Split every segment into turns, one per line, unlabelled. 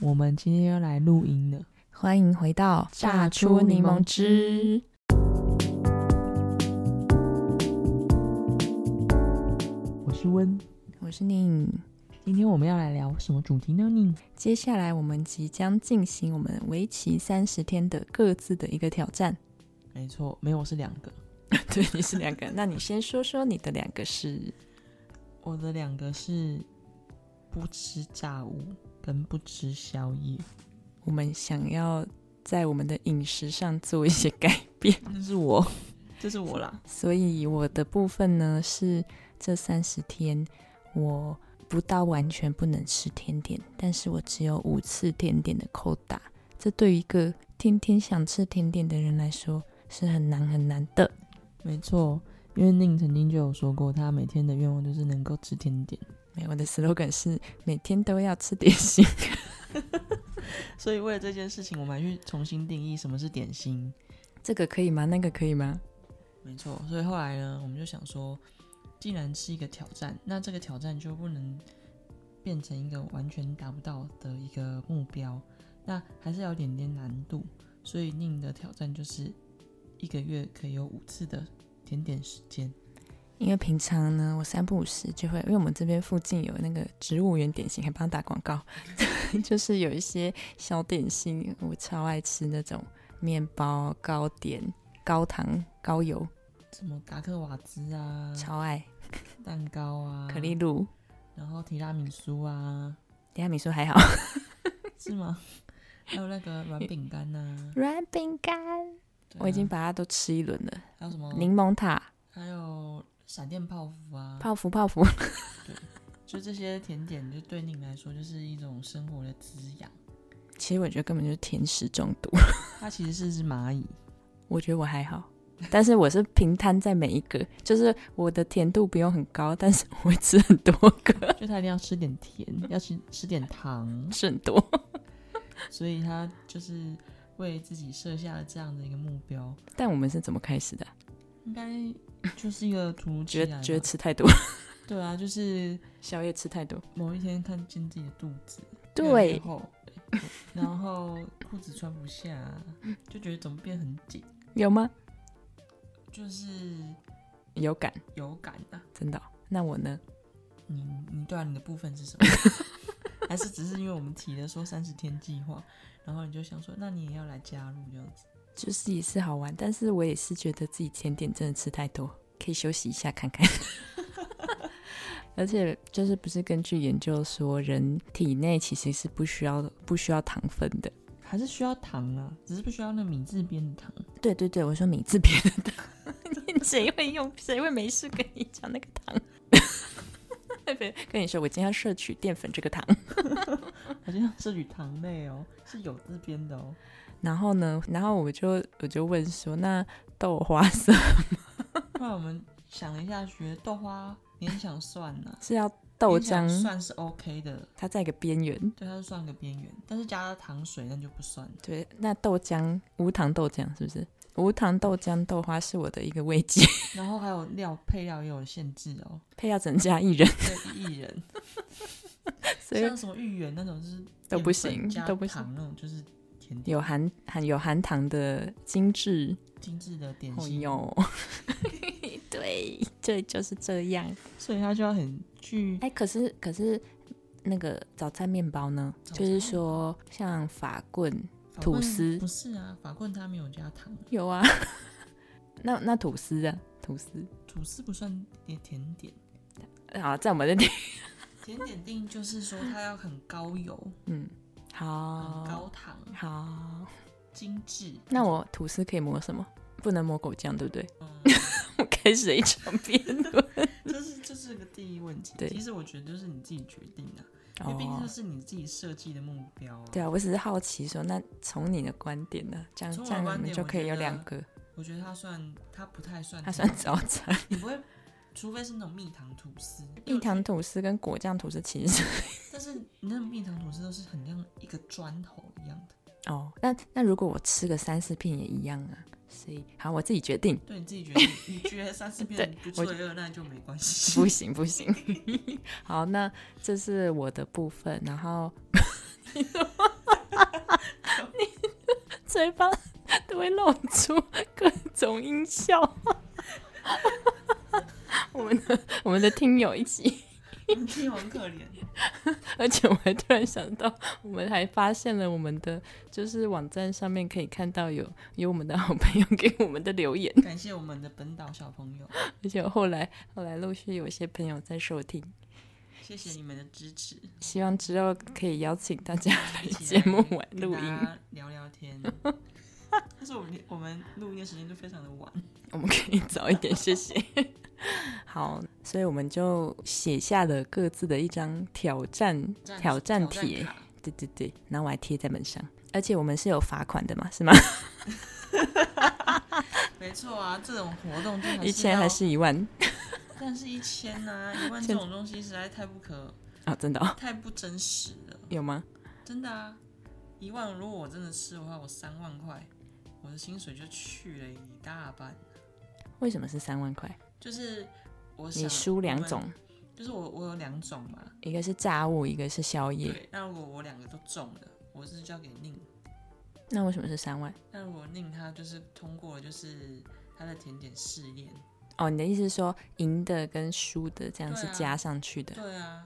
我们今天要来录音了。
欢迎回到
榨出柠檬汁。我是温，
我是宁。
今天我们要来聊什么主题呢？宁，
接下来我们即将进行我们为期三十天的各自的一个挑 战。
没错，没有是两个。
对，你是两个，那你先说说你的两个是
我的两个是不吃炸物跟不吃宵夜，
我们想要在我们的饮食上做一些改变。
这是我，这是我啦。
所以我的部分呢是这三十天我不到完全不能吃甜点，但是我只有五次甜点的扣打，这对于一个天天想吃甜点的人来说是很难很难的。
没错，因为宁曾经就有说过，他每天的愿望就是能够吃甜点，
没有，我的 slogan 是每天都要吃点心。
所以为了这件事情，我们还去重新定义什么是点心。
这个可以吗？那个可以吗？
没错，所以后来呢，我们就想说，既然是一个挑战，那这个挑战就不能变成一个完全达不到的一个目标，那还是有点点难度。所以宁的挑战就是一个月可以有五次的甜点时间。
因为平常呢，我三不五时就会，因为我们这边附近有那个植物园点心，还帮他打广告， 就是有一些小点心，我超爱吃那种面包、糕点、高糖、高油，
什么达克瓦兹啊，
超爱
蛋糕啊，
可丽，露。
然后提拉米苏啊，
等一下你说还好，
是 吗？还有那个软饼干呐、
软饼干，
对啊
我已经把它都吃一轮了。
还有什么
柠檬塔、
还有闪电泡芙啊，
泡芙、泡芙，
就这些甜点，就对您来说就是一种生活的滋养。
其实我觉得根本就是甜食中毒。
它其实是只蚂蚁，
我觉得我还好，但是我是平摊在每一个，就是我的甜度不用很高，但是我会吃很多个，
就它一定要吃点甜，要吃吃点糖，
吃很多。
所以它就是为自己设下了这样的一个目标，
但我们是怎么开始的？
应该就是一个突如其
觉
来吧
得觉得吃太多，
对啊，就是
宵夜吃太多。
某一天看见自己的肚子越来越
对，
厚，对然后裤子穿不下，啊就觉得怎么变很紧，
有吗？
就是
有感，
有感啊。
真的哦、那我呢？
你你对啊，你的部分是什 么？还是只是因为我们提了说三十天计划，然后你就想说，那你也要来加入这样子？
就是也是好玩，但是我也是觉得自己甜点真的吃太多，可以休息一下看 看。而且就是不是根据研究说，人体内其实是不需要不需要糖分的。
还是需要糖啊，只是不需要那米字边 的糖。
对对对，我说米字边的糖， 你谁会用？谁会没事跟你讲那个糖？ 别跟你说，我今天要摄取淀粉这个糖。
好像摄取糖类哦，是有字边的哦。
然后呢，然后我就我就问说，那豆花色
后来我们想了一下，学豆花勉强算呢、
是要豆
勉强
浆，
算是 OK 的，
它在一个边缘。
对，它是算个边缘，但是加了糖水那就不算了。
对，那豆浆无糖豆浆是不是？无糖豆浆豆花是我的一个慰藉，
然后还有料配料也有限制 哦，
配料只能加一人，
对，一人。
所以
像什么芋圆那种就是
都不
淀粉
行
加
都不行
糖那种就是甜点
有含含有含糖的精致
精致的点
哦
心，
哟， 对，对，就是这样。
所以它就要很去
哎，可是可是那个早餐面包呢？
早
就
餐
是说像法棍
法
吐
棍
司
不是啊，法棍它没有加糖，
有啊， 那那吐司啊，吐司
吐司不算甜甜点，
好，在我们这里，
甜点定义就是说它要很高油、
嗯，
很
好，
高糖、
好，
精致。
哦那我吐司可以抹什么？不能抹狗酱，对不对？
嗯，
我开始一场辩论。
这是这是个第一问题。
对
其实我觉得就是你自己决定啊，因为毕竟这
哦，
是 你自己设计的目标啊。
对啊，我只是好奇说，那从你的观点呢，这样
从我
这
的
样
观
你们
点
就
我
可以
觉
有
得嗯
两个，
我觉得它算，它不太算，
它算，早 餐。
你不会，除非是那种蜜糖吐司，
蜜糖吐司跟果酱吐司其实是
但是你那种蜜糖吐司都是很像一个砖头一样的，
哦，那那如果我吃个三四片也一样啊，所以好，我自己决定，
对你自己觉得你你觉得三 四
对
片不
我
罪恶，那就没关系。
不行不行。好，那这是我的部分，然后你怎么嘴巴都会露出各种音效。 我们的我们的听友一起，
听很可怜。
而且我还突然想到，我们还发现了我们的就是网站上面可以看到有有我们的好朋友给我们的留言，
感谢我们的本岛小朋友，
而且后来后来陆续有一些朋友在收听，
谢谢你们的支持。
希望之后可以邀请大家来
一起
节
来
目玩
跟
录
大
音，
家聊聊 天。但是我们我们录音的时间就非常的晚，
我们可以 早一点，谢谢。 好，所以我们就写下了各自的一张挑战挑战帖，
卡
对对对，然后我还贴在门上，而且我们是有罚款的嘛，是吗？
没错啊，这种活动就还
一千
要
还，是一万
但是一千呐、一万这种东西实在太不可
啊、真的、哦、
太不真实了，
有吗？
真的啊，一万如果我真的吃的话，我三万块，我的薪水就去了一大半，
为什么是三万块？
就是我想
你输两，
我
种，
们就是我我有两种嘛，
一个是炸物，一个是宵夜。
对，那如果我两个都中了，我是交给宁。
那为什么是三万？
那如果宁他就是通过了，就是他的甜点试验。
哦，你的意思是说赢的跟输的这样
对
是
啊
加上去的？
对啊，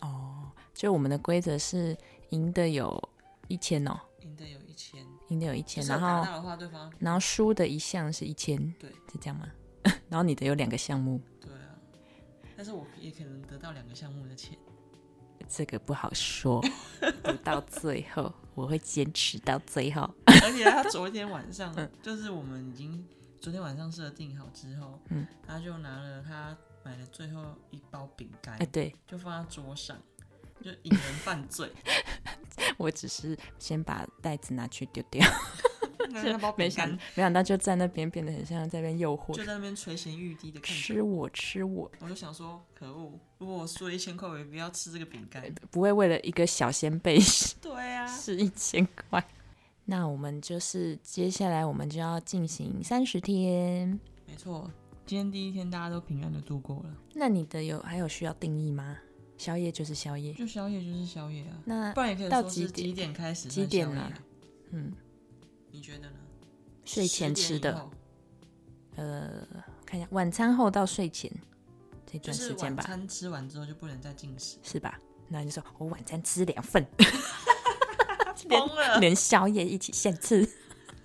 哦，就我们的规则是赢的有一千哦，
赢得有一千，
赢的有一
就
千，
是
然
达
后
到的话，对方
然后输的一项是一千，
对
是这样吗？ 然后你的有两个项目，
对啊。但是我也可能得到两个项目的钱，
这个不好说， 不到最后我会坚持到最后。
而且他昨天晚上，
嗯
就是我们已经昨天晚上设定好之后，
嗯，
他就拿了他买了最后一包饼干
哎，，对
就放在桌上，就引人犯罪。
我只是先把袋子拿去丢掉。
那那包
没
饼
想
干
没想到就在那边变得很像在那边诱惑
就，在那边垂涎欲滴的看着
吃我吃我，
我，我就想说，可恶！如果我输了一千块，我也不要吃这个饼干。
不会为了一个小鲜贝是
对啊，
一千块。那我们就是接下来我们就要进行三十天。
没错，今天第一天大家都平安的度过了，
那你的有还有需要定义吗？宵夜就是宵夜，
就宵夜就是宵夜啊，
那
不然也可以
到
说是
几点
几点开始
几点
呢、
啊嗯，
你觉得呢？
睡
10
前吃
点以
的，
后，
呃，看一下晚餐后到睡前这
就
段
是
时间
晚
吧，
餐吃完之后就不能再进 食，
是吧？那你就说我晚餐吃两份， 连
疯了！
连宵夜一起现吃。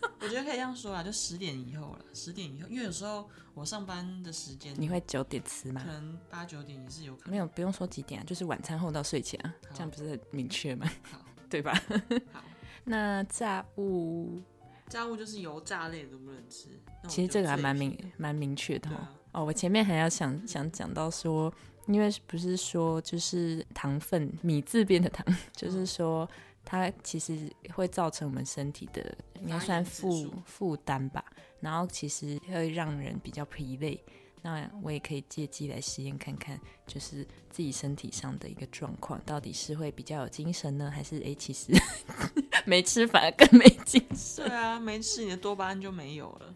我觉得可以这样说啦，啊就十点以后了，十点以后，因为有时候我上班的时间，
你会九点吃吗
可？能八九点也是有可
没有，不用说几点啊，就是晚餐后到睡前啊，
好
这样不是很明确吗？
好
对吧？
能。好，
那炸物
炸物就是油炸类的都不能吃，那我
其实
就
这个还
最
蛮
皮
明蛮明确的
对
哦。
啊，
哦，我前面还要想想讲到说，因为不是说就是糖分米字边的糖，
嗯
就是说它其实会造成我们身体的应该
发炎
算
指
负
数
负担吧，然后其实会让人比较疲累。那我也可以借机来实验看看，就是自己身体上的一个状况，到底是会比较有精神呢，还是诶，其实 没吃反而更没精神
对？啊，没吃你的多巴胺就没有了，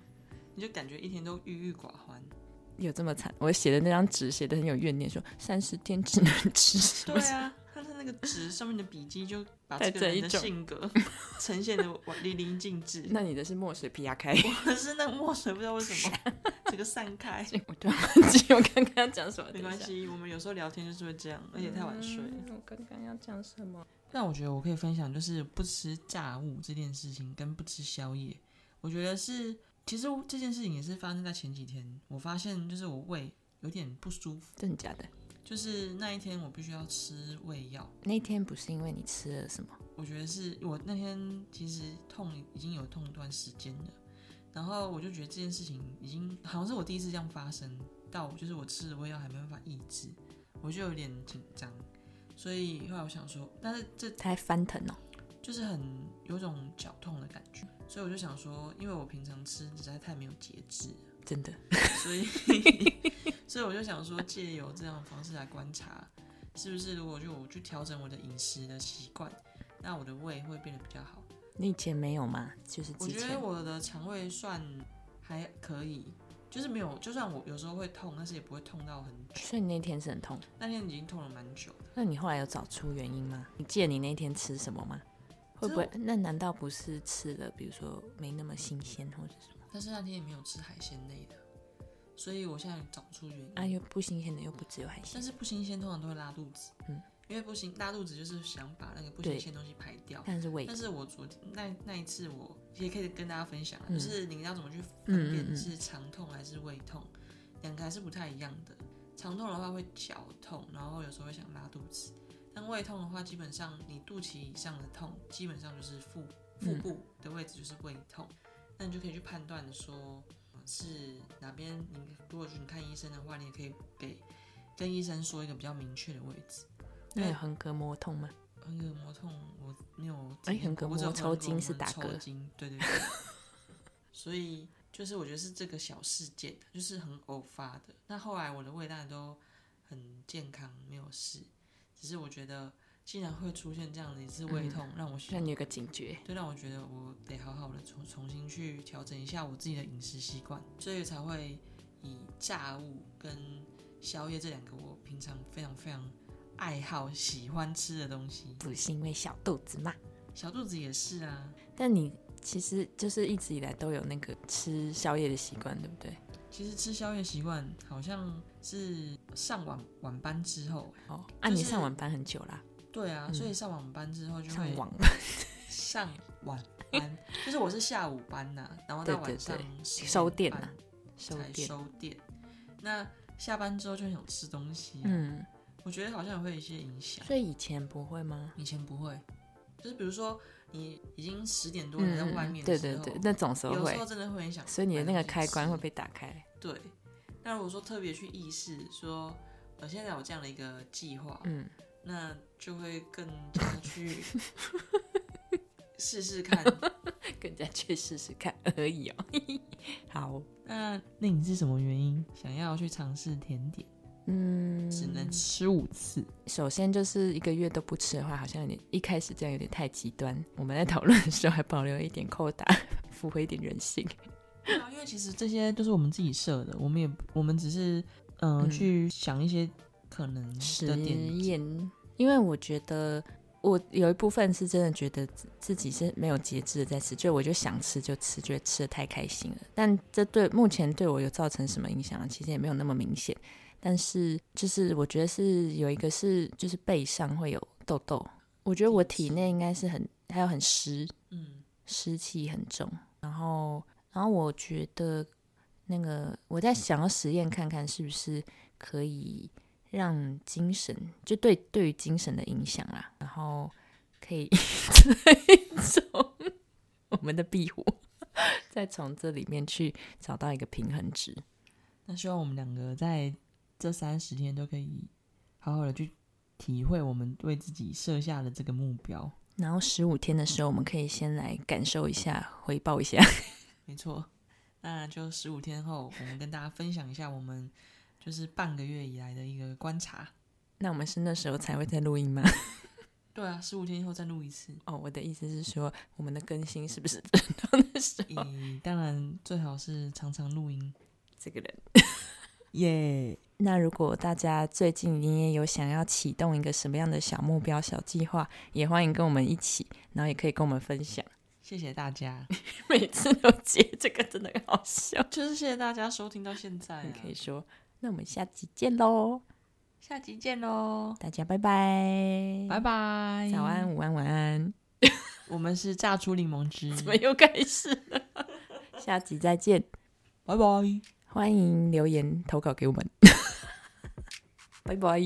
你就感觉一天都郁郁寡欢。
有这么惨？我写的那张纸写的很有怨念，说三十天只能吃什么
对啊，他的那个纸上面的笔记就把
带
这
着
个人
一
的
种
性 格呈现的淋漓尽致。
那你的是墨水皮亚开，
可是那个墨水不知道为什么
啊
整个散 开。
我突然忘记我刚刚要讲什么，啊
没关系，我们有时候聊天就是会这样，而且太晚睡了。
嗯我刚刚要讲什么？
那我觉得我可以分享，就是不吃炸物这件事情跟不吃宵夜，我觉得是其实这件事情也是发生在前几天，我发现就是我胃有点不舒服，
真的假的？
就是那一天我必须要吃胃药。
那天不是因为你吃了什么？
我觉得是我那天其实痛已经有痛一段时间了，然后我就觉得这件事情已经好像是我第一次这样发生到，就是我吃了胃药还没办法抑制，我就有点紧张，所以后来我想说，但是这
他还翻腾哦。
就是很有种绞痛的感觉，所以我就想说，因为我平常吃实在太没有节制了，
真的，
所以 所以我就想说，借由这样的方式来观察，是不是如果就我去调整我的饮食的习惯，那我的胃会变得比较好。
你以前没有吗？就是
我
之
觉
前
得我的肠胃算还可以，就是没有，就算我有时候会痛，但是也不会痛到很久。
所以你那天是很痛。
那天已经痛了蛮久的，
那你后来有找出原因吗？你记得你那天吃什么吗？会不会？那难道不是吃了，比如说没那么新鲜或者什么？
但是那天也没有吃海鲜类的，所以我现在找不出原因。
啊，又不新鲜的又不只有海鲜
但，是不新鲜通常都会拉肚子，
嗯，
因为不新拉肚子就是想把那个不
对
新鲜的东西排掉。
但是味
但是我昨天那那一次我也可以跟大家分享啊，
嗯
就是你要怎么去
嗯嗯
分辨
嗯
是肠痛还是胃痛，两个还是不太一样的。肠痛的话会绞痛，然后有时候会想拉肚子。但胃痛的话，基本上你肚脐以上的痛，基本上就是腹腹
嗯
部的位置就是胃痛，那你就可以去判断说呃是哪边。你如果去你看医生的话，你也可以给跟医生说一个比较明确的位置。
那有横膈膜痛吗？
横膈膜痛，我没有经
哎
历
横
过。
膈
我只有
膜抽筋是打
抽
嗝
筋，对对对。所以就是我觉得是这个小事件，就是很偶发的。那后来我的胃当然都很健康，没有事。只是我觉得，既然会出现这样的一次胃痛，让我
嗯让你有个警觉。
就让我觉得我得好好的重重新去调整一下我自己的饮食习惯，所以才会以炸物跟宵夜这两个我平常非常非常爱好、喜欢吃的东西。
不是因为小肚子嘛？
小肚子也是啊，
但你其实就是一直以来都有那个吃宵夜的习惯，对不对？
其实吃宵夜习惯好像是上晚晚班之后，
哦，啊，
就是
你上晚班很久啦，
对啊，
嗯
所以上晚班之后就会
上网班
上晚班，就是我是下午班呐、然后到
对对
晚上
对
10
收店
半
呐， 收
才
店。
收店。那下班之后就很想吃东西、啊，
嗯，
我觉得好像也会有一些影响。
所以以前不会吗？
以前不会，就是比如说你已经十点多你在
嗯，
外面的
对
时候，
对对，那种时候
有
会
时候，真的会很想，
所以你的那个开关会。被打开。
对，那如果说特别去意识说，呃，现在有这样的一个计划，
嗯，
那就会更加去试试 看。
更加去试试看而已哦。 好，
那那你是什么原因想要去尝试甜点？
嗯，
只能吃五次，
首先就是一个月都不吃的话，好像有点一开始这样有点太极端。我们在讨论的时候还保留一点扣打， 符合一点人性。
对啊，因为其实这些都是我们自己设的，我们也我们只是、嗯
嗯
去想一些可能
实
的点子。
验，因为我觉得我有一部分是真的觉得自自己是没有节制的在吃，就我就想吃就吃，觉得吃的太开心了。但这对目前对我有造成什么影响，其实也没有那么明显。但是就是我觉得是有一个是就是背上会有痘痘，我觉得我体内应该是很还有很湿，
嗯，
湿气很重，然后然后我觉得那个我在想要实验看看是不是可以让精神就对对于精神的影响啦，然后可以 从我们的壁虎，再从这里面去找到一个平衡值。
那希望我们两个在这三十天都可以好好的去体会我们为自己设下的这个目标。
然后十五天的时候，我们可以先来感受一下，回报一下。
没错，那就十五天后，我们跟大家分享一下我们就是半个月以来的一个观察。
那我们是那时候才会在录音吗？
对啊，十五天以后再录一次。
哦，我的意思是说，我们的更新是不是
咦，当然最好是常常录音。
这个人？
耶、
那如果大家最近你也有想要启动一个什么样的小目标、小计划，也欢迎跟我们一起，然后也可以跟我们分享。
谢谢大家，
每次都接这个，真的很好笑。
就是谢谢大家收听到现在、啊
你可以说，那我们下集见喽，
下集见喽，
大家拜拜，
拜拜，
早安、，午安、晚安，
我们是榨出柠檬汁，
怎么又开始了？ 下集再见，
拜拜。
欢迎留言投稿给我们，拜拜。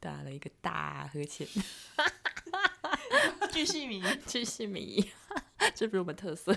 打了一个大呵 欠，
巨细迷，
巨细靡遗，这不是我们特色。